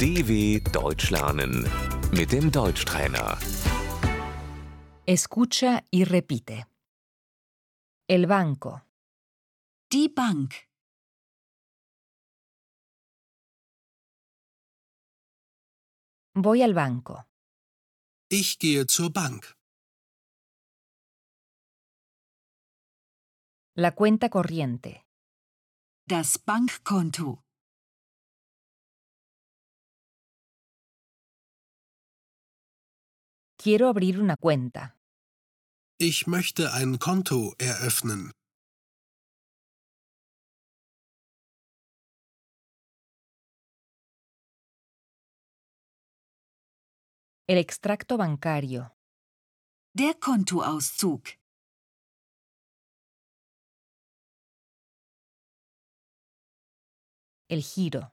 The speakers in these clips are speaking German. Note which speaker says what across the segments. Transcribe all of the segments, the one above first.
Speaker 1: DW Deutsch lernen mit dem Deutschtrainer.
Speaker 2: Escucha y repite. El banco,
Speaker 3: Die Bank.
Speaker 2: voy al banco,
Speaker 4: Ich gehe zur Bank.
Speaker 2: la cuenta corriente,
Speaker 3: Das Bankkonto.
Speaker 2: quiero abrir una cuenta,
Speaker 4: Ich möchte ein Konto eröffnen.
Speaker 2: el extracto bancario,
Speaker 3: Der Kontoauszug.
Speaker 2: el giro,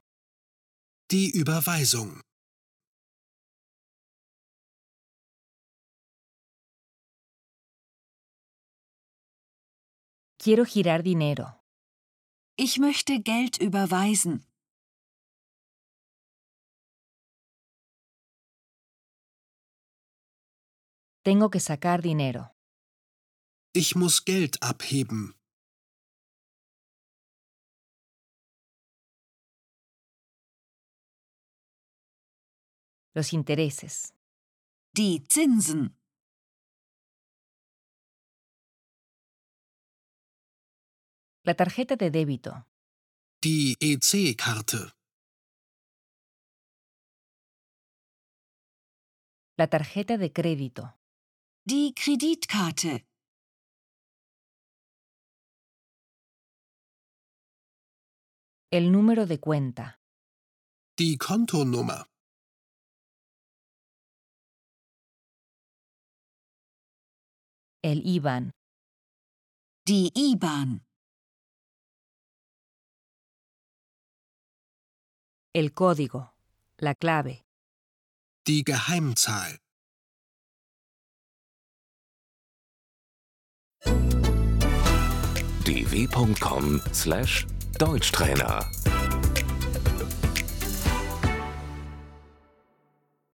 Speaker 4: Die Überweisung.
Speaker 2: quiero girar dinero,
Speaker 3: Ich möchte Geld überweisen.
Speaker 2: tengo que sacar dinero,
Speaker 4: Ich muss Geld abheben.
Speaker 2: los intereses,
Speaker 3: Die Zinsen.
Speaker 2: la tarjeta de débito,
Speaker 4: Die E EC-Karte.
Speaker 2: la tarjeta de crédito,
Speaker 3: Die Kreditkarte.
Speaker 2: el número de cuenta,
Speaker 4: Die Kontonummer.
Speaker 2: el IBAN,
Speaker 3: Die IBAN.
Speaker 2: el código, la clave,
Speaker 4: Die Geheimzahl.
Speaker 1: dw.com/deutschtrainer